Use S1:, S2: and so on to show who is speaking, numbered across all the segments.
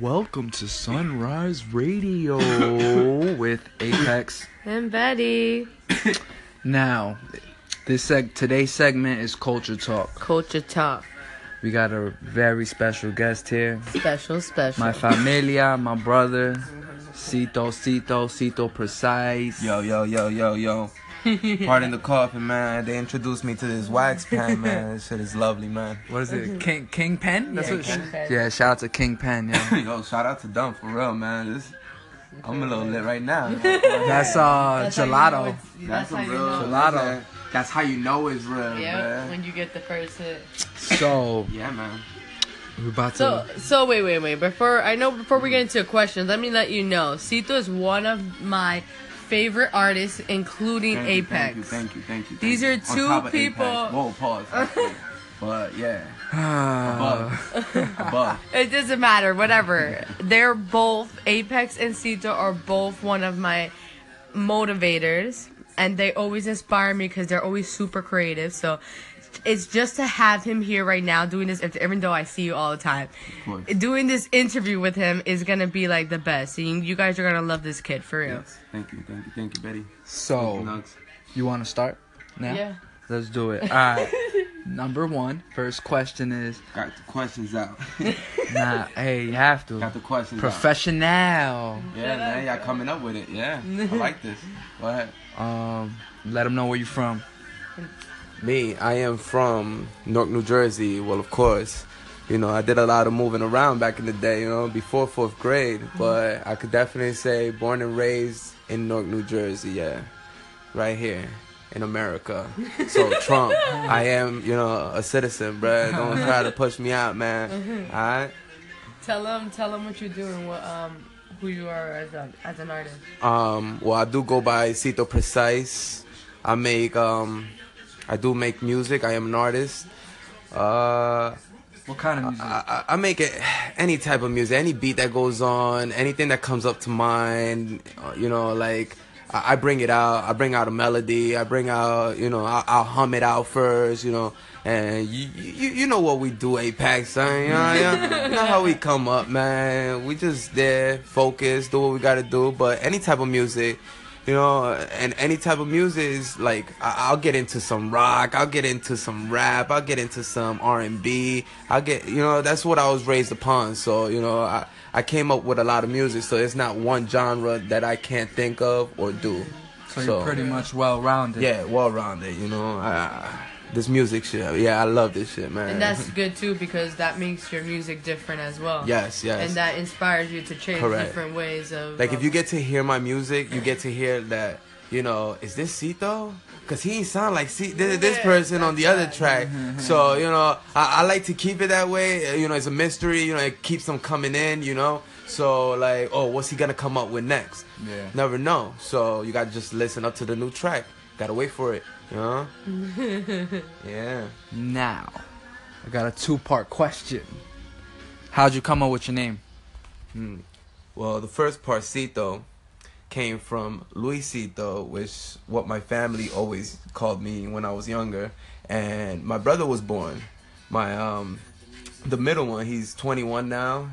S1: Welcome to Sunrise Radio with Apex.
S2: And Betty.
S1: Now, this seg- today's segment is Culture Talk.
S2: Culture Talk.
S1: We got a very special guest here.
S2: Special, special.
S1: My familia, my brother, Cito, Cito, Cito Precise.
S3: Yo, yo, yo, yo, yo. Pardon the coughing, man. They introduced me to this wax pen, man. This shit is lovely, man.
S1: What is it? King King Pen? That's
S2: Yeah,
S1: what
S2: King Pen.
S1: Yeah, shout out to King Pen, yo.
S3: yo, shout out to Dump for real, man. This, I'm a little lit right now.
S1: That's uh gelato.
S3: That's a real
S1: Gelato.
S3: man. That's how you know it's real,
S2: Yeah,
S3: man.
S2: when you get the first hit.
S1: So
S3: Yeah, man.
S1: we're about
S2: So,
S1: to
S2: so wait, wait, wait. Before I know, before we get into questions, let me let you know. Sito is one of my favorite artists, including
S3: Thank you,
S2: Apex.
S3: Thank you, thank you, thank you. thank
S2: These
S3: you.
S2: are
S3: On
S2: two
S3: top of Apex.
S2: people-
S3: Whoa, pause. but yeah,
S1: Ah.
S3: above, above.
S2: It doesn't matter, whatever. They're both Apex and Sito are both one of my motivators, and they always inspire me because they're always super creative. So it's just to have him here right now doing this, if- even though I see you all the time.
S3: course.
S2: Doing this interview with him is gonna be like the best. You, you guys are gonna love this kid for real.
S3: Yes. Thank you, thank you, thank you, Betty.
S1: So
S3: Nugs.
S1: You want to start now?
S2: Yeah.
S1: Let's do it. All right. Number one, first question is,
S3: Got the questions out.
S1: nah, hey, you have
S3: Got the
S1: to.
S3: questions out.
S1: Professional.
S3: Yeah, man, y'all coming up with it. Yeah, I like this. Go ahead.
S1: Um, let them know where you're from.
S3: Me, I am from Newark, New Jersey. Well, of course, you know, I did a lot of moving around back in the day, you know, before fourth grade, but I could definitely say born and raised in Newark, New Jersey, yeah, right here in America. So, Trump, I am, you know, a citizen, bruh. Don't try to push me out, man. All right?
S2: Tell him, tell him what you're doing, what um, who you are as a, as an artist.
S3: Um, well, I do go by Cito Precise. I make, um, I do make music. I am an artist. Uh,
S1: What kind of music?
S3: I, I I make it any type of music, any beat that goes on, anything that comes up to mind. uh, You know, like I, I bring it out. I bring out a melody. I bring out, you know, I, I'll hum it out first. You know, and you you, you know what we do, Apex. Son, you, know, you, know, you know how we come up, man. We just there, focus, do what we gotta do. But any type of music. You know, and any type of music is like I- I'll get into some rock, I'll get into some rap, I'll get into some R and B. I'll get you know that's what I was raised upon. So you know I I came up with a lot of music. So it's not one genre that I can't think of or do.
S1: so you're pretty much well-rounded.
S3: yeah, well rounded. You know, I, this music shit. Yeah, I love this shit, man.
S2: And that's good too because that makes your music different as well.
S3: yes, yes.
S2: And that inspires you to change
S3: Correct.
S2: different ways of.
S3: Like if
S2: of-
S3: you get to hear my music, you get to hear that. You know, is this Cito? Cause he sound like C- this, this
S2: Yeah,
S3: person on the
S2: that's
S3: other
S2: right. Mm-hmm.
S3: track. So you know, I, I like to keep it that way. Uh, You know, it's a mystery. You know, it keeps them coming in. You know, so like, oh, what's he gonna come up with next?
S1: Yeah.
S3: Never know. So you gotta just listen up to the new track. Gotta wait for it. You know. yeah.
S1: Now, I got a two-part question. How'd you come up with your name?
S3: Well, the first parcito came from Luisito, which what my family always called me when I was younger, and my brother was born. My um, the middle one, he's 21 now.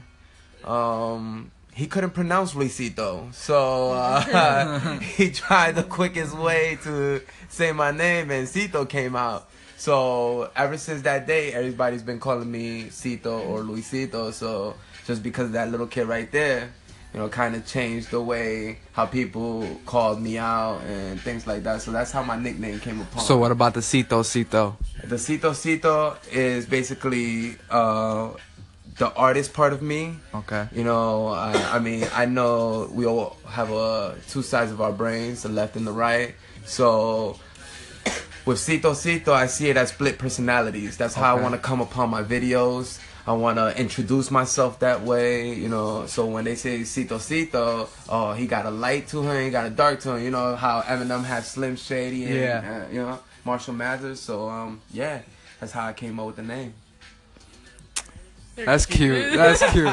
S3: Um, he couldn't pronounce Luisito, so uh, he tried the quickest way to say my name, and Cito came out. So ever since that day, everybody's been calling me Cito or Luisito. So just because of that little kid right there, you know, kind of changed the way how people called me out and things like that. So that's how my nickname came upon.
S1: So what about the Cito Cito?
S3: The Cito Cito is basically uh, the artist part of me.
S1: Okay.
S3: You know, I, I mean, I know we all have uh, two sides of our brains, the left and the right. So with Cito Cito, I see it as split personalities. That's how I
S1: Okay.
S3: want to come upon my videos. I want to introduce myself that way, you know. So when they say Cito Cito, oh, he got a light to him, he got a dark to him. You know how Eminem has Slim Shady and,
S1: Yeah.
S3: uh, you know, Marshall Mathers. So, um, yeah, that's how I came up with the name.
S1: That's cute. That's cute.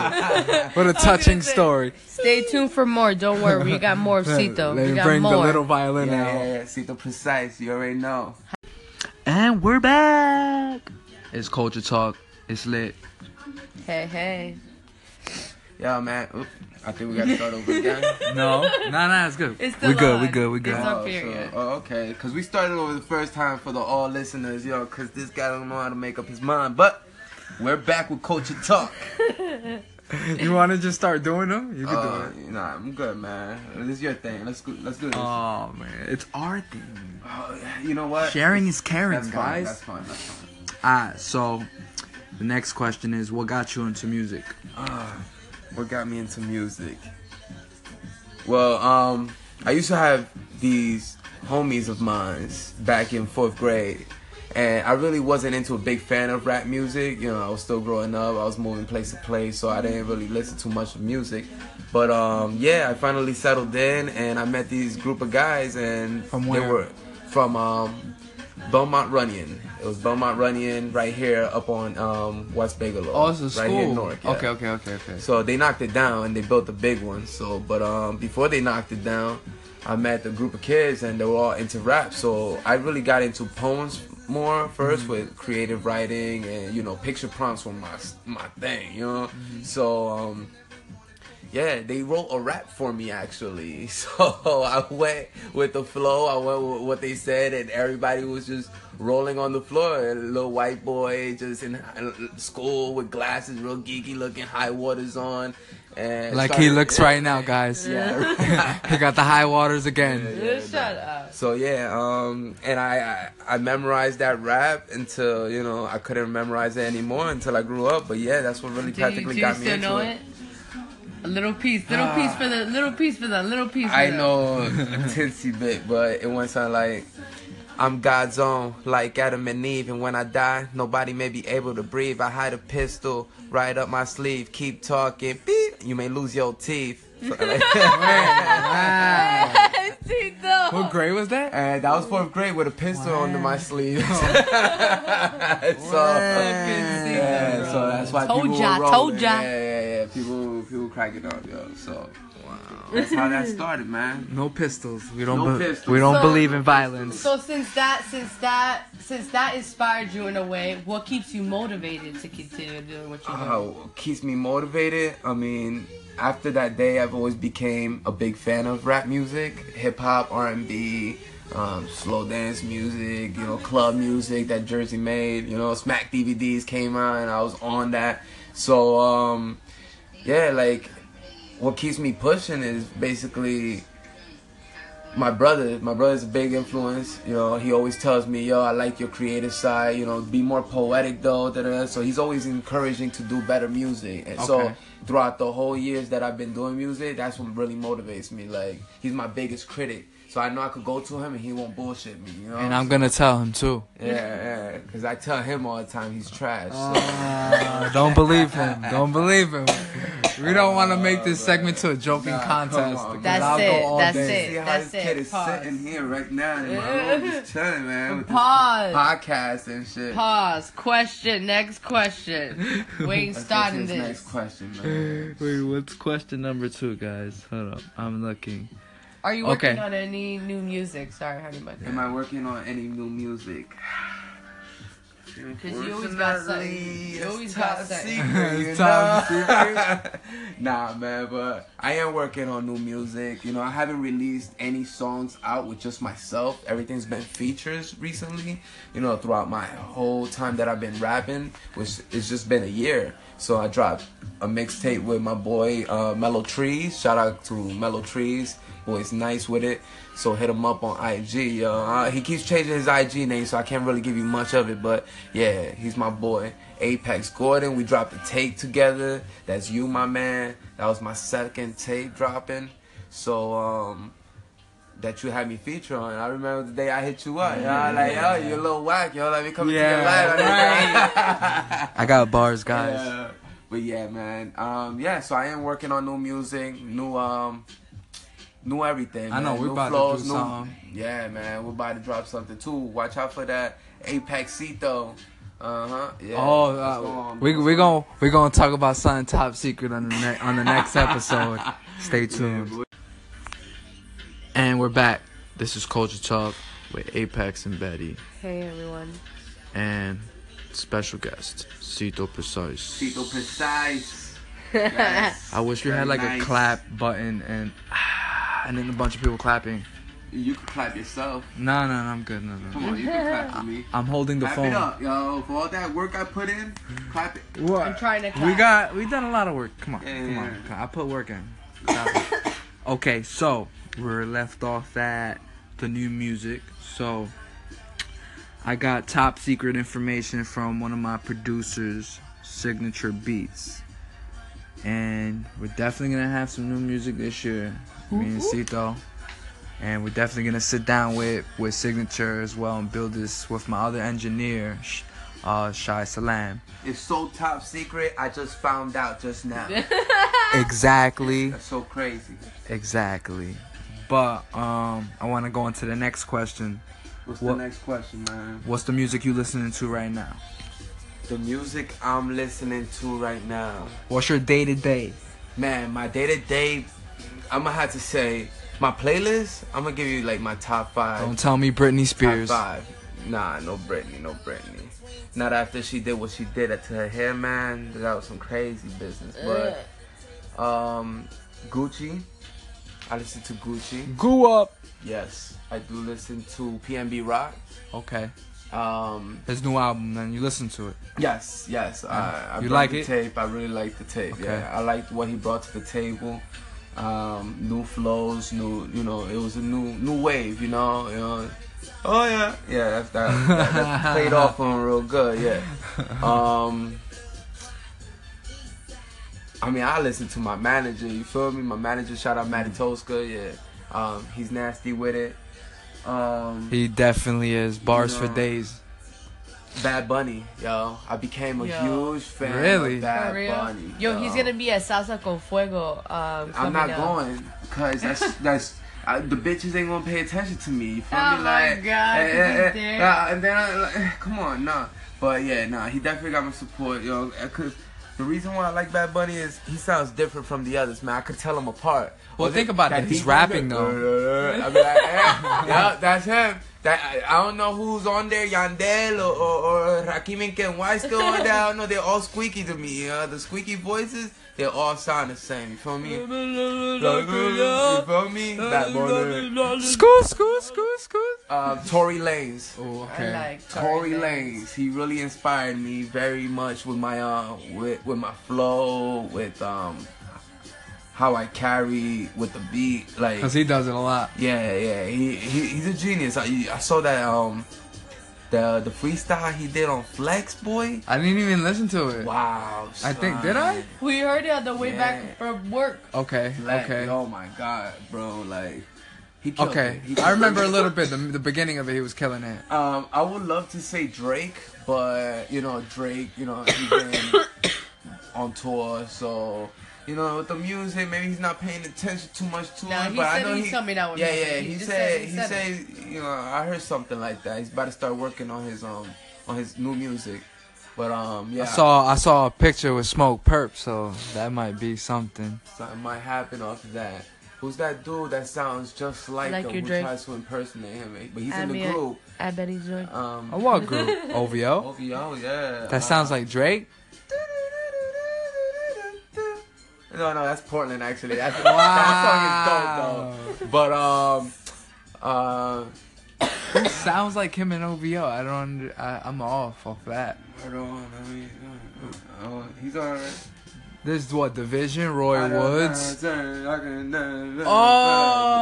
S1: What a touching
S2: say-
S1: story.
S2: Stay tuned for more. Don't worry, we got more of Sito.
S1: Let
S2: we
S1: me
S2: got
S1: bring
S2: more.
S1: the little violin
S3: Yeah,
S1: out.
S3: yeah, yeah. Cito Precise, you already know.
S1: And we're back. It's culture talk. It's lit.
S2: Hey, hey.
S3: Yeah, man. Oop, I think we gotta start over again.
S1: No, no, no, it's good.
S2: It's still
S1: we good, we
S2: on.
S1: good, we good.
S2: It's
S3: Oh,
S2: our period.
S3: so- oh, okay. Because we started over the first time for the all listeners, yo, because this guy don't know how to make up his mind. But we're back with Culture Talk.
S1: you want to just start doing them? You can
S3: Uh,
S1: do it.
S3: nah, I'm good, man. This is your thing. Let's, go- let's do this.
S1: Oh man, it's our thing.
S3: Oh, you know what?
S1: Sharing is caring,
S3: That's fine.
S1: guys.
S3: That's fine. That's fine.
S1: Ah, so the next question is, what got you into music?
S3: Ah, what got me into music? Well, um, I used to have these homies of mine back in fourth grade, and I really wasn't into a big fan of rap music. You know, I was still growing up. I was moving place to place, so I didn't really listen to much music. But um, yeah, I finally settled in, and I met these group of guys, and
S1: From
S3: they
S1: where?
S3: were from um, Belmont Runyon. It was Belmont Runyon right here up on um, West Bigelow.
S1: Oh, it's a school.
S3: right here in Newark. yeah.
S1: Okay, okay, okay, okay.
S3: So they knocked it down and they built a big one. So, but um, before they knocked it down, I met a group of kids and they were all into rap. So I really got into poems more 1st with creative writing and you know picture prompts were my my thing. You know, so um, yeah, they wrote a rap for me actually. So I went with the flow. I went with what they said, and everybody was just rolling on the floor. A little white boy just in school with glasses, real geeky looking, high waters on, and
S1: Like he
S3: started-
S1: looks right now, guys.
S3: Yeah.
S1: he got the high waters again.
S2: Just shut up.
S3: So yeah, um, and I, I I memorized that rap until you know I couldn't memorize it anymore until I grew up. But yeah, that's what really
S2: Do you,
S3: practically
S2: do you
S3: got me
S2: still
S3: into
S2: know
S3: it.
S2: it? A little piece, little piece for the, little piece for the, little piece. For
S3: I
S2: the-
S3: know a tinsy bit, but it went something like, I'm God's own, like Adam and Eve, and when I die, nobody may be able to breathe. I hide a pistol right up my sleeve, keep talking, beep, you may lose your teeth.
S1: Wow.
S2: Tito.
S1: What grade was that?
S3: and Uh, that was fourth grade with a pistol under my sleeve. so,
S2: Fucking
S3: yeah,
S2: Tito,
S3: so
S2: bro.
S3: that's why
S2: Told
S3: people
S2: ya,
S3: were rolling.
S2: told ya.
S3: Yeah, yeah, yeah. People, people cracking up, yo. So, wow. that's how that started, man.
S1: No pistols. We don't.
S3: No
S1: be-
S3: pistols.
S1: We don't
S2: So-
S1: believe in violence.
S2: So since that, since that, since that inspired you in a way, what keeps you motivated to continue doing what you do?
S3: Oh, keeps me motivated. I mean, after that day, I've always became a big fan of rap music, hip hop, R and B, um, slow dance music. You know, club music that Jersey made. You know, Smack DVDs came out, and I was on that. So, um, yeah, like what keeps me pushing is basically my brother. My brother's a big influence. You know, he always tells me, "Yo, I like your creative side. You know, be more poetic though." Da, da, da. So he's always encouraging to do better music. And so
S1: Okay.
S3: throughout the whole years that I've been doing music, that's what really motivates me. Like he's my biggest critic. So I know I could go to him and he won't bullshit me, you know.
S1: And I'm gonna tell him too.
S3: yeah, yeah, because I tell him all the time he's trash. so-
S2: Oh,
S1: Uh, don't believe him. Don't believe him. We don't want to make this segment to a joking
S3: Nah, come
S1: contest.
S3: on,
S1: because
S2: That's
S1: I'll go
S2: it,
S1: all
S2: that's
S1: day.
S2: it.
S3: See how
S2: that's
S3: this
S2: it,
S3: kid is
S2: pause.
S3: sitting here right now in my room, just chilling, man, with this
S2: Pause.
S3: podcast and shit.
S2: Pause. Question. Next question. We ain't
S3: Let's
S2: starting
S3: get to
S2: this.
S3: Next question, man.
S1: Wait, what's question number two, guys? Hold up, I'm looking.
S2: Are you working
S1: Okay.
S2: on any new music? Sorry, honey, bud.
S3: Am I working on any new music?
S2: Because you always got something.
S3: Unfortunately,
S2: You always
S3: it's
S2: got
S3: top
S2: something.
S3: secret, you
S1: It's top
S3: know? nah, man, but I am working on new music. You know, I haven't released any songs out with just myself. Everything's been features recently. You know, throughout my whole time that I've been rapping, which it's just been a year. So I dropped a mixtape with my boy uh, Mellow Trees. Shout out to Mellow Trees. Boy's nice with it. So hit him up on IG. Yo. Uh, he keeps changing his IG name, so I can't really give you much of it. But yeah, he's my boy. Apex Gordon. We dropped a tape together. That's you, my man. That was my second tape dropping. So um, that you had me feature on. I remember the day I hit you up. Y'all like, yo, you a little whack, yo. Let me come into your life.
S1: I got bars, guys.
S3: Yeah. But yeah, man. Um, yeah, so I am working on new music, new um, new everything.
S1: I know,
S3: man.
S1: we're
S3: new
S1: about to
S3: flows,
S1: do
S3: new-
S1: something.
S3: Yeah, man, we're about to drop something too. Watch out for that Apexito. Uh huh. Yeah.
S1: Oh,
S3: What's
S1: uh,
S3: going on,
S1: we
S3: bro?
S1: we gonna we gonna talk about something top secret on the ne- on the next episode. Stay tuned.
S3: boy.
S1: and we're back. This is Culture Talk with Apex and Betty
S2: Hey everyone.
S1: and special guest Cito Precise.
S3: Cito precise.
S1: I wish we had like
S3: Nice.
S1: a clap button and ah, and then a bunch of people clapping.
S3: You can clap yourself.
S1: No, no, no, I'm good. No, no.
S3: Come on, you can clap for me.
S1: I'm holding the
S3: clap
S1: phone.
S3: it up, yo. For all that work I put in, clap it.
S1: What?
S2: I'm trying to
S1: We
S2: clap.
S1: got we done a lot of work. Come on,
S3: Yeah,
S1: come
S3: yeah,
S1: on.
S3: yeah.
S1: Come on. I put work in. Stop it. okay, so we're left off at the new music. So I got top secret information from one of my producers, Signature Beats. And we're definitely gonna have some new music this year. Me and Cito. And we're definitely gonna sit down with with Signature as well and build this with my other engineer, Sh- uh, Shai Salam.
S3: It's so top secret. I just found out just now.
S1: Exactly.
S3: That's so crazy.
S1: Exactly. But um, I want to go on to the next question.
S3: What's
S1: What-
S3: the next question, man?
S1: What's the music you listening to right now?
S3: The music I'm listening to right now.
S1: What's your day to day?
S3: Man, my day to day, I'm gonna have to say my playlist. I'm gonna give you like my top five.
S1: Don't tell me Britney Spears.
S3: Top five. Nah, no Britney, no Britney. Not after she did what she did to her hair, man. That was some crazy business. But um, Gucci. I listen to Gucci.
S1: Goo up.
S3: Yes, I do listen to PNB Rock.
S1: Okay.
S3: Um,
S1: His new album, man. You listen to it.
S3: Yes, yes. I, I
S1: You
S3: brought
S1: like
S3: the
S1: it?
S3: tape. I really like the tape.
S1: Okay.
S3: Yeah, I liked what he brought to the table. Um, new flows, new. You know, it was a new new wave. You know, you know. Oh yeah, yeah. That's that, that, that played off on him real good. Yeah. Um. I mean, I listen to my manager. You feel me? My manager, shout out
S1: Mm.
S3: Matty Toska. Yeah. Um, he's nasty with it. Um,
S1: He definitely is. Bars for
S3: No.
S1: days.
S3: Bad Bunny, yo. I became a
S2: Yo.
S3: huge fan
S1: Really?
S3: of
S2: For
S3: Bad
S2: real?
S3: Bunny.
S2: Yo, he's gonna be at Salsa con Fuego. Um,
S3: I'm not
S2: coming up.
S3: going because that's that's. I, the bitches ain't gonna pay attention to me. You feel
S2: Oh
S3: me?
S2: my
S3: Like,
S2: God,
S3: eh, eh,
S2: this is
S3: eh,
S2: there.
S3: nah, and then I, like, eh, come on, nah. But yeah, nah. He definitely got my support, yo. eh, Cause the reason why I like Bad Bunny is he sounds different from the others, man. I could tell him apart.
S1: Well,
S3: Was
S1: think about
S3: that
S1: it. He's
S3: deep
S1: rapping,
S3: voice?
S1: though.
S3: I'd be like, eh, yeah, that's him. That I, I don't know who's on there, Yandel or, or, or Rakim and Ken White still on there. I don't know. They're all squeaky to me. Uh, the squeaky voices, they all sound the same. You feel me? Like, uh, You feel me? Bad Bunny.
S1: School, school, school, school.
S3: Uh, Tory Lanez.
S1: Oh,
S2: I
S1: okay.
S2: like
S3: Tory
S2: Lanez.
S3: Lanez. He really inspired me very much with my uh, with with my flow, with um, how I carry, with the beat, like.
S1: Cause he does it a lot.
S3: Yeah, yeah, he, he he's a genius. I, I saw that um the the freestyle he did on Flex Boy.
S1: I didn't even listen to it.
S3: Wow.
S1: I think did I?
S2: We heard it on the way
S3: Yeah.
S2: back from work.
S1: Okay.
S3: okay.
S1: Okay.
S3: Oh my god, bro! Like he. Killed
S1: Okay.
S3: it. He
S1: I
S3: killed
S1: remember
S3: it.
S1: a little bit. The, the beginning of it, he was killing it.
S3: Um, I would love to say Drake, but you know Drake, you know he's been on tour, so you know with the music, maybe he's not paying attention too much to
S2: Nah,
S3: it.
S2: he
S3: but I
S2: said
S3: know
S2: he's
S3: he,
S2: coming out with
S3: Yeah,
S2: music.
S3: yeah.
S2: He
S3: He,
S2: just
S3: said,
S2: said he
S3: he
S2: said
S3: said you know I heard something like that. He's about to start working on his um on his new music, but um yeah,
S1: I saw I saw a picture with Smoke Perp, so that might be something.
S3: something might happen after that. Who's that dude that sounds just like,
S2: Like
S3: him
S2: you,
S3: who
S2: Drake.
S3: tries to impersonate him? eh? But he's
S2: I
S3: in the
S2: mean, I-
S3: group.
S2: I bet he's doing.
S3: Um,
S1: A what group? OVO.
S3: OVO, yeah.
S1: Oh. That sounds like Drake.
S3: No, no, that's Portland actually. That's, That song is dope though. But um, uh,
S1: It sounds like him in OVO. I don't. under- I, I'm off off that.
S3: hold on. I mean, uh, uh, he's alright.
S1: There's what division? Roy Woods.
S3: Oh,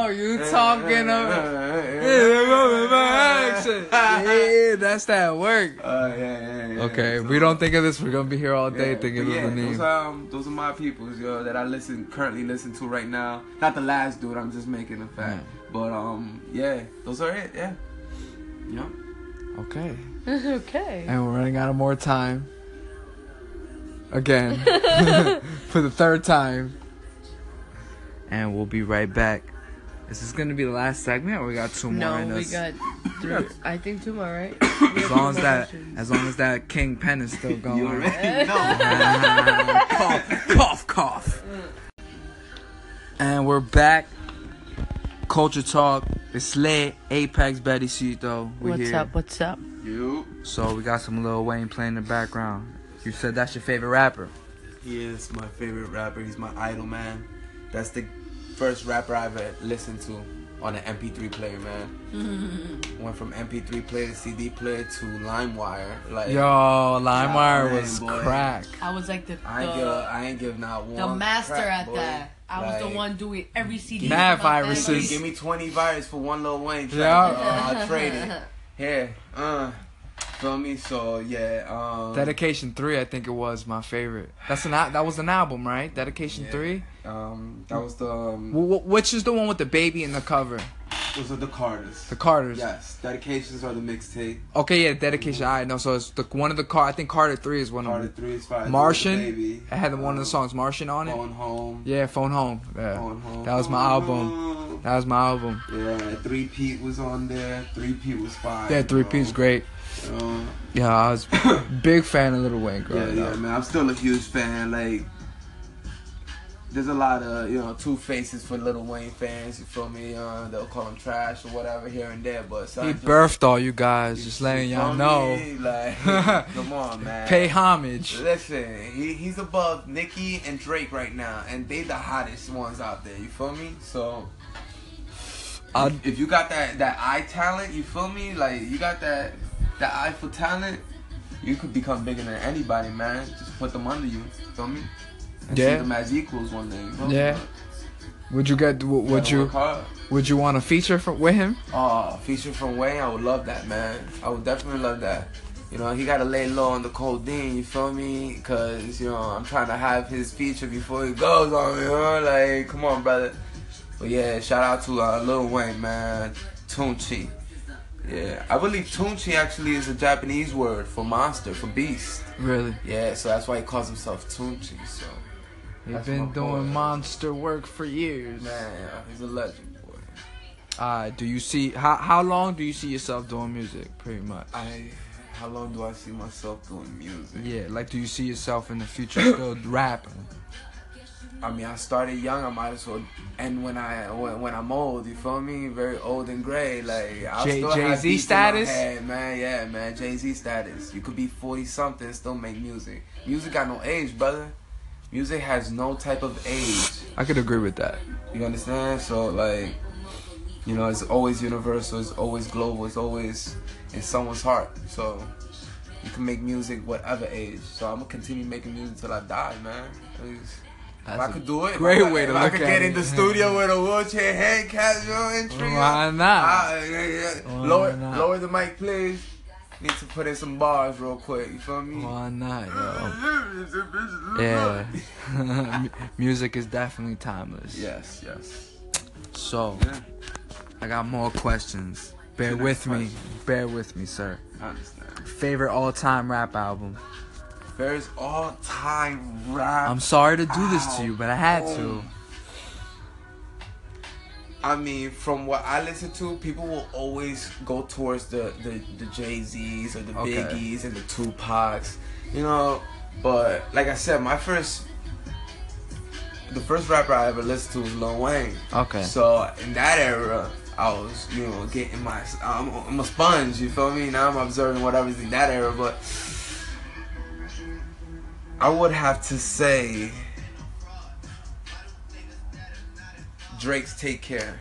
S1: Oh, you talking about? Yeah, that's that work.
S3: Uh, yeah, yeah, yeah.
S1: Okay,
S3: So-
S1: we don't think of this. We're gonna be here all day
S3: Yeah,
S1: thinking
S3: but
S1: of
S3: yeah,
S1: the
S3: Those
S1: name.
S3: are, um, those are my peoples, yo, that I listen currently listen to right now. Not the last dude, I'm just making a fact. But um, yeah, those are it. Yeah. Yeah.
S1: Okay,
S2: okay.
S1: and we're running out of more time. Again, for the third time. And we'll be right back. Is this gonna be the last segment, or we got two more?
S2: No,
S1: in
S2: we
S1: us?
S2: got three. I think two more, right?
S1: As long as that, as long as that king pen is still going.
S3: You already know.
S1: cough, cough, cough. And we're back. Culture talk. It's lit. Apex Betty Cito. We
S2: What's
S1: here.
S2: up? What's up?
S3: you.
S1: So we got some Lil Wayne playing in the background. You said that's your favorite rapper.
S3: He is my favorite rapper. He's my idol, man. That's the first rapper I ever listened to on an MP3 player, man. Went from MP3 player to CD player to LimeWire. Like,
S1: Yo, LimeWire
S3: man,
S1: was
S3: boy.
S1: crack.
S4: I was like the
S3: I ain't give, I ain't give not one.
S4: the, the master
S3: crap,
S4: at
S3: boy.
S4: that. I was
S3: Like,
S4: the one doing every CD.
S1: Mad
S4: from that
S1: viruses.
S4: family.
S3: Give me 20 virus for one little Wayne. Track.
S1: Yeah.
S3: Uh, I'll trade it. Here, uh, feel me? So, yeah, um.
S1: Dedication three, I think it was my favorite. That's an al- that was an album, right? Dedication
S3: Yeah.
S1: three,
S3: Um, that was the
S1: Wh-
S3: um,
S1: wh- which is the one with the baby in the cover,
S3: was the Carters.
S1: the Carters.
S3: Yes, dedications are the mixtape.
S1: Okay, yeah, dedication. I know. So it's the one of the car. I think Carter three is one
S3: Carter
S1: of them.
S3: three is fire.
S1: Martian?
S3: Little Baby.
S1: I had one of the songs Martian on it.
S3: Going home.
S1: Yeah, phone home. Yeah.
S3: Going Uh, home.
S1: That was my album.
S3: Home.
S1: That was my album.
S3: Yeah, three Pete was on there. Three Pete was fire.
S1: Yeah, three P's great.
S3: You know?
S1: Yeah, I was big fan of Little Wayne.
S3: Yeah,
S1: Growing
S3: yeah,
S1: up.
S3: man. I'm still a huge fan. Like, there's a lot of you know two faces for Little Wayne fans. You feel me? Uh, they'll call him trash or whatever here and there, but
S1: He
S3: son,
S1: birthed all you guys. Just letting
S3: you
S1: y'all
S3: feel
S1: know.
S3: me? Like, come on, man.
S1: Pay homage.
S3: Listen, he, he's above Nicki and Drake right now, and they the hottest ones out there. You feel me? So
S1: I-
S3: if you got that that eye talent, you feel me? Like you got that that eye for talent, you could become bigger than anybody, man. Just put them under you. Feel me? And See
S1: Yeah.
S3: them as equals one day. You feel me?
S1: Yeah. Would you get? w- Would
S3: Gotta
S1: you?
S3: work hard.
S1: Would you want a feature from with him?
S3: Oh, feature from Wayne, I would love that, man. I would definitely love that. You know, he gotta lay low on the codeine, you feel me? Cause, you know, I'm trying to have his feature before he goes on, you know? Like, come on, brother. But yeah, shout out to uh, Lil Wayne, man. Tunchi. Yeah, I believe Tunchi actually is a Japanese word for monster, for beast.
S1: Really?
S3: Yeah, so that's why he calls himself Tunchi, so.
S1: He's
S3: That's
S1: been
S3: my
S1: doing
S3: boy.
S1: monster work for years.
S3: Man, he's a legend, boy.
S1: Uh, do you see how how long do you see yourself doing music? Pretty much.
S3: I. How long do I see myself doing music?
S1: Yeah, like do you see yourself in the future still rapping?
S3: I mean, I started young. I might as well end when I when, when I'm old. You feel me? Very old and gray. Like I'll
S1: Jay-
S3: still have
S1: Jay-Z
S3: beats in my
S1: status?
S3: head, man. Yeah, man. Jay Z status. You could be forty something and still make music. Music got no age, brother. Music has no type of age.
S1: I could agree with that.
S3: You understand? So like, you know, it's always universal. It's always global. It's always in someone's heart. So you can make music whatever age. So I'm gonna continue making music till I die, man. It's- if I could do it,
S1: great
S3: if I-
S1: way to
S3: if I
S1: look
S3: could
S1: at
S3: get
S1: it.
S3: in the studio with a wheelchair, head casual entry.
S1: Why not?
S3: I- yeah, yeah.
S1: Why
S3: lower,
S1: not?
S3: lower the mic, please. Need to put in some bars real quick. You feel me?
S1: Why Oh. not, yo? Yeah. M- music is definitely timeless.
S3: Yes, yes.
S1: So,
S3: Yeah.
S1: I got more questions. Bear
S3: Next
S1: with me.
S3: question.
S1: Bear with me, sir.
S3: I understand.
S1: Favorite all-time rap album?
S3: There's all time rap.
S1: I'm sorry to do this to you, but I had to.
S3: I mean, from what I listen to, people will always go towards the the, the Jay Z's or the
S1: Okay.
S3: Biggies and the Tupacs, you know. But like I said, my first, the first rapper I ever listened to was Lil Wayne.
S1: Okay.
S3: So in that era, I was you know getting my I'm, I'm a sponge. You feel me? Now I'm observing whatever's in that era, but I would have to say Drake's Take Care.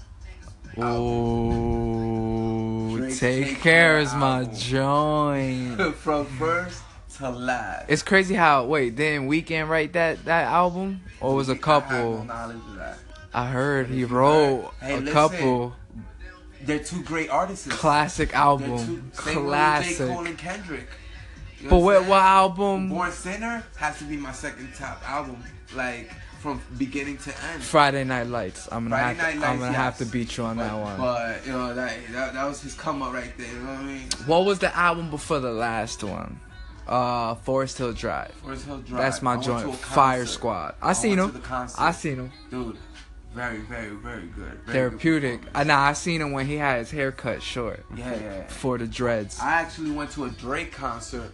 S1: Oh,
S3: Drake
S1: take
S3: Take
S1: care
S3: Care
S1: is my
S3: album.
S1: joint.
S3: from first to last.
S1: It's crazy how wait didn't Weekend write that that album or was a
S3: I have no
S1: couple?
S3: knowledge of that.
S1: I heard he
S3: If you
S1: wrote
S3: heard- Hey,
S1: a
S3: listen.
S1: couple
S3: They're two great artists.
S1: classic
S3: They're two,
S1: album,
S3: same classic. J.
S1: classic.
S3: Cole and Kendrick. You
S1: But
S3: know
S1: what
S3: I'm
S1: what
S3: saying?
S1: album?
S3: Born Sinner has to be my second top album, like from beginning to end.
S1: Friday Night Lights. I'm gonna have
S3: Friday
S1: to,
S3: Night
S1: I'm
S3: Lights,
S1: gonna have to
S3: yes.
S1: beat you on that
S3: but,
S1: one.
S3: but you know that, that that was his come up right there. You know what I mean?
S1: What was the album before the last one? Uh, Forest Hill Drive.
S3: Where's Hill Drive?
S1: That's
S3: I
S1: my
S3: went to
S1: joint.
S3: a
S1: Fire
S3: concert.
S1: Squad.
S3: I
S1: I seen
S3: went to
S1: him.
S3: the concert.
S1: I seen him.
S3: Dude, very, very, very good. Very
S1: Therapeutic. Uh,
S3: Good performance.
S1: nah, I seen him when he had his hair cut short
S3: yeah, yeah, yeah.
S1: for the dreads.
S3: I actually went to a Drake concert,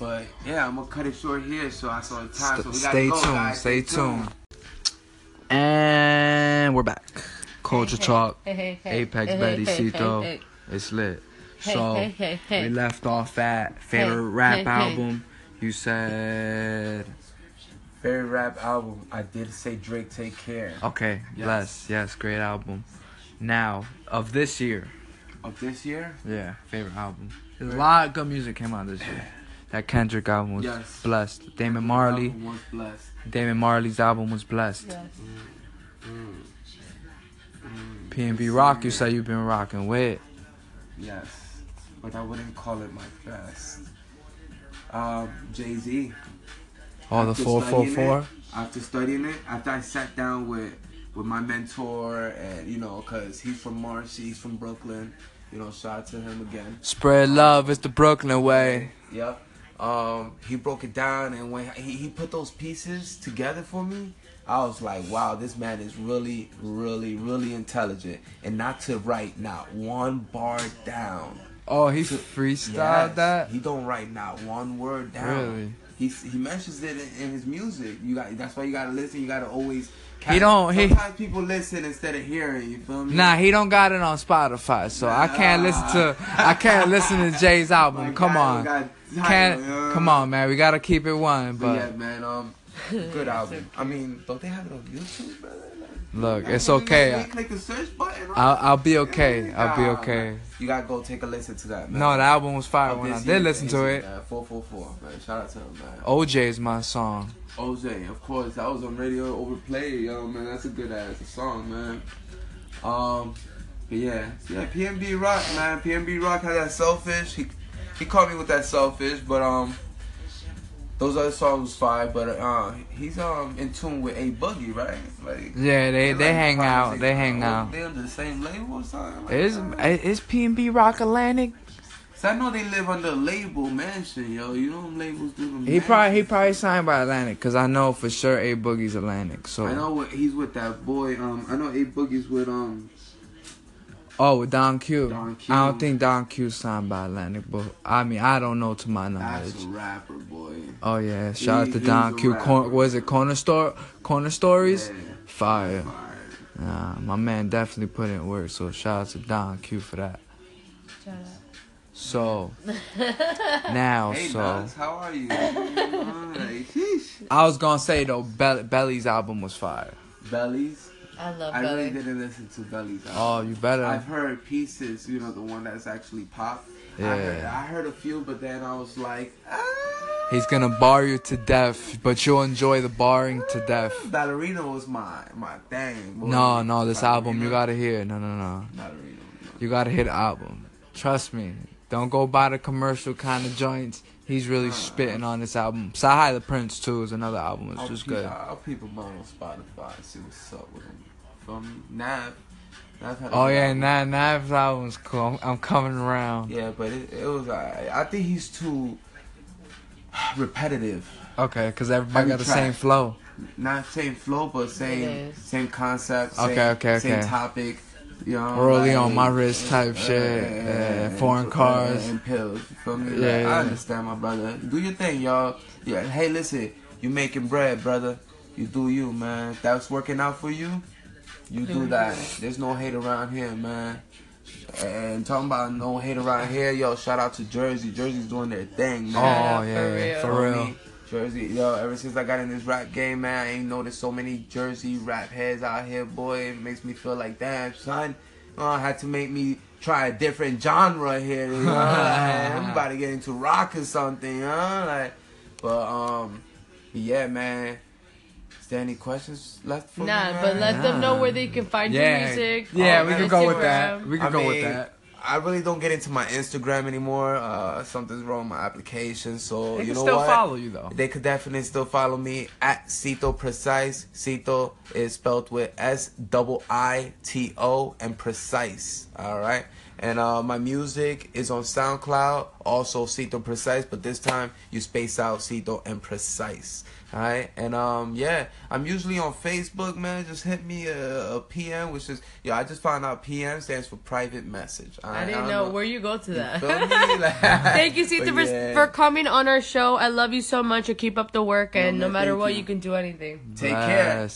S3: but yeah, I'm gonna cut it short here. So I saw the time. so we
S1: St-
S3: gotta
S1: stay
S3: go,
S1: tuned.
S3: guys.
S1: Stay tuned. And we're back. Culture Talk.
S4: Hey, hey, hey.
S1: Apex
S4: Hey, hey,
S1: Betty
S4: hey, hey,
S1: Cito.
S4: hey.
S1: It's lit.
S4: Hey,
S1: so
S4: hey, hey, hey.
S1: we left off at
S4: Hey,
S1: favorite rap
S4: hey, hey.
S1: album. You said
S3: favorite rap album, I did say Drake Take Care.
S1: Okay. Yes. Yes. great album. Now of this year.
S3: Of this year?
S1: Yeah. Favorite album. There's a lot of good music came out this year. That Kendrick album was
S3: Yes.
S1: blessed. Damon Marley.
S3: Album was blessed.
S1: Damon Marley's album was blessed.
S4: Yes.
S1: PNB Rock. You say you've been rocking with.
S3: Yes. But I wouldn't call it my best. Um, Jay Z.
S1: All Oh, the
S3: After
S1: four four
S3: studying
S1: four.
S3: it- After studying it, after I sat down with with my mentor, and you know, cause he's from Marsh, he's from Brooklyn. You know, shout out to him again.
S1: Spread love. It's the Brooklyn way.
S3: Yep. Um, he broke it down, and when he, he put those pieces together for me, I was like, wow, this man is really, really, really intelligent. And not to write not one bar down.
S1: Oh, he freestyled
S3: Yes.
S1: that.
S3: He don't write not one word down.
S1: Really?
S3: He he mentions it in, in his music. You got that's why you gotta listen. You gotta always.
S1: He don't- he-
S3: Sometimes people listen instead of hearing. You feel me?
S1: Nah, he don't got it on Spotify, so I can't listen to I can't listen to Jay's
S3: Oh
S1: album.
S3: Like,
S1: come
S3: I
S1: on,
S3: got tired,
S1: can't
S3: you know?
S1: come on, man. We gotta keep it one.
S3: But
S1: But
S3: yeah, man. Um, good album. I mean, don't they have it on YouTube, brother? Like,
S1: look,
S3: I
S1: it's
S3: mean,
S1: okay.
S3: you click the search button. right?
S1: I'll, I'll be okay.
S3: Yeah,
S1: I'll be
S3: nah,
S1: okay.
S3: man. You gotta go take a listen to that, man.
S1: No, the album was fire
S3: Of
S1: when I
S3: this
S1: did
S3: year's
S1: listen to
S3: music,
S1: it.
S3: man. Four four four, man. Shout out to him, man.
S1: OJ is my song.
S3: Oj, of course, that was on radio overplayed, yo man. That's a good ass song, man. Um, but yeah, yeah. PMB Rock, man. PMB Rock had that selfish. He he caught me with that selfish, but um, those other songs was fire. But uh, he's um in tune with A Boogie, right? Like
S1: Yeah, they they
S3: like
S1: hang
S3: probably
S1: out.
S3: same-
S1: They hang out.
S3: They under the same label or something. Like
S1: Is
S3: that?
S1: is PNB Rock Atlantic?
S3: So I know they live under a label mansion, yo. You know them labels do them.
S1: He probably he
S3: mansions.
S1: probably signed by Atlantic, cause I know for sure A Boogie's Atlantic.
S3: I
S1: So
S3: know what he's with that boy. Um, I know A Boogie's with um.
S1: oh, with Don Q.
S3: Don Q.
S1: I don't think Don Q signed by Atlantic, but I mean I don't know to my knowledge.
S3: That's a rapper, boy.
S1: Oh yeah, shout out
S3: He-
S1: to
S3: he's
S1: Don
S3: a
S1: Q. Cor-
S3: rapper.
S1: was it Corner Store? Corner Stories?
S3: Yeah.
S1: Fire.
S3: Fire.
S1: Nah, my man definitely put in work. So shout out to Don Q for that.
S4: Shout out.
S1: So now,
S3: Hey,
S1: so
S3: Nas, how are you? Alright, sheesh.
S1: I was gonna say though, Bell Belly's album was fire.
S3: Bellies.
S2: I love
S3: I
S2: Belly.
S3: really didn't listen to Bellies.
S1: Oh, you better.
S3: I've heard pieces, you know, the one that's actually pop. I, heard,
S1: Yeah.
S3: I heard a few, but then I was like, ah.
S1: He's gonna bar you to death, but you'll enjoy the barring to death.
S3: Ballerina was my my thing. boy.
S1: No, no, this album you
S3: Ballerina-
S1: gotta hear. No, no, no.
S3: Ballerina. you know.
S1: You gotta hear the album. Trust me. Don't go buy the commercial kind of joints. He's really spitting on this album. Sahai the Prince too is another album. It's
S3: I'll
S1: just
S3: peep-
S1: good.
S3: I'll peep them out on Spotify and see what's up with them. From Nav. Nav had a
S1: Oh
S3: good
S1: yeah,
S3: album.
S1: nah, Nav's album's cool. I'm, I'm coming around.
S3: Yeah, but it, it was. alright. I think he's too repetitive.
S1: Okay, cause everybody
S3: Every
S1: got the
S3: track.
S1: same flow.
S3: Not same flow, but same
S2: is.
S3: same concept.
S1: Okay,
S3: same,
S1: okay,
S3: Same
S1: okay.
S3: topic. You know,
S1: Rolly
S3: like-
S1: on my wrist type shit. Yeah, foreign cars.
S3: and pills. You feel me?
S1: Yeah,
S3: Yeah,
S1: yeah.
S3: I understand, my brother. Do your thing, y'all. Yeah. Hey, listen, you making bread, brother. You do you, man. That's working out for you. You do that. There's no hate around here, man. And talking about no hate around here, yo. Shout out to Jersey. Jersey's doing their thing,
S1: Oh
S3: man.
S1: yeah,
S2: for
S1: yeah,
S2: real.
S1: for real.
S3: Jersey, yo, ever since I got in this rap game, man, I ain't noticed so many Jersey rap heads out here, boy. It makes me feel like, damn, son, uh, had to make me try a different genre here. You know? like, I'm about to get into rock or something, you know? Like, but, um, yeah, man. Is there any questions left for me?
S2: Nah,
S3: man?
S2: but let them know where they can find your music.
S1: yeah,
S3: Oh,
S1: we
S3: man.
S1: could go with that.
S2: Instagram.
S1: We could
S3: I
S1: go with
S3: mean,
S1: that.
S3: I really don't get into my Instagram anymore. Uh, something's wrong with my application, so
S1: They
S3: you
S1: can
S3: know
S1: still
S3: what?
S1: follow you though.
S3: They could definitely still follow me at Cito Precise. Cito is spelled with S double I T O and precise. All right. And uh, my music is on SoundCloud, also Cito Precise, but this time you space out Cito and Precise. All right. And um, yeah, I'm usually on Facebook, man. Just hit me a, a PM, which is, yo, I just found out PM stands for private message. All
S2: I
S3: right?
S2: didn't
S3: don't
S2: know where you go to
S3: You
S2: that.
S3: feel me? Like-
S2: Thank you, Sita,
S3: But
S2: for,
S3: yeah.
S2: for coming on our show. I love you so much. You keep up the work, and
S3: man,
S2: no matter
S3: thank
S2: what,
S3: you.
S2: you can do anything.
S3: Take care.
S1: Bless.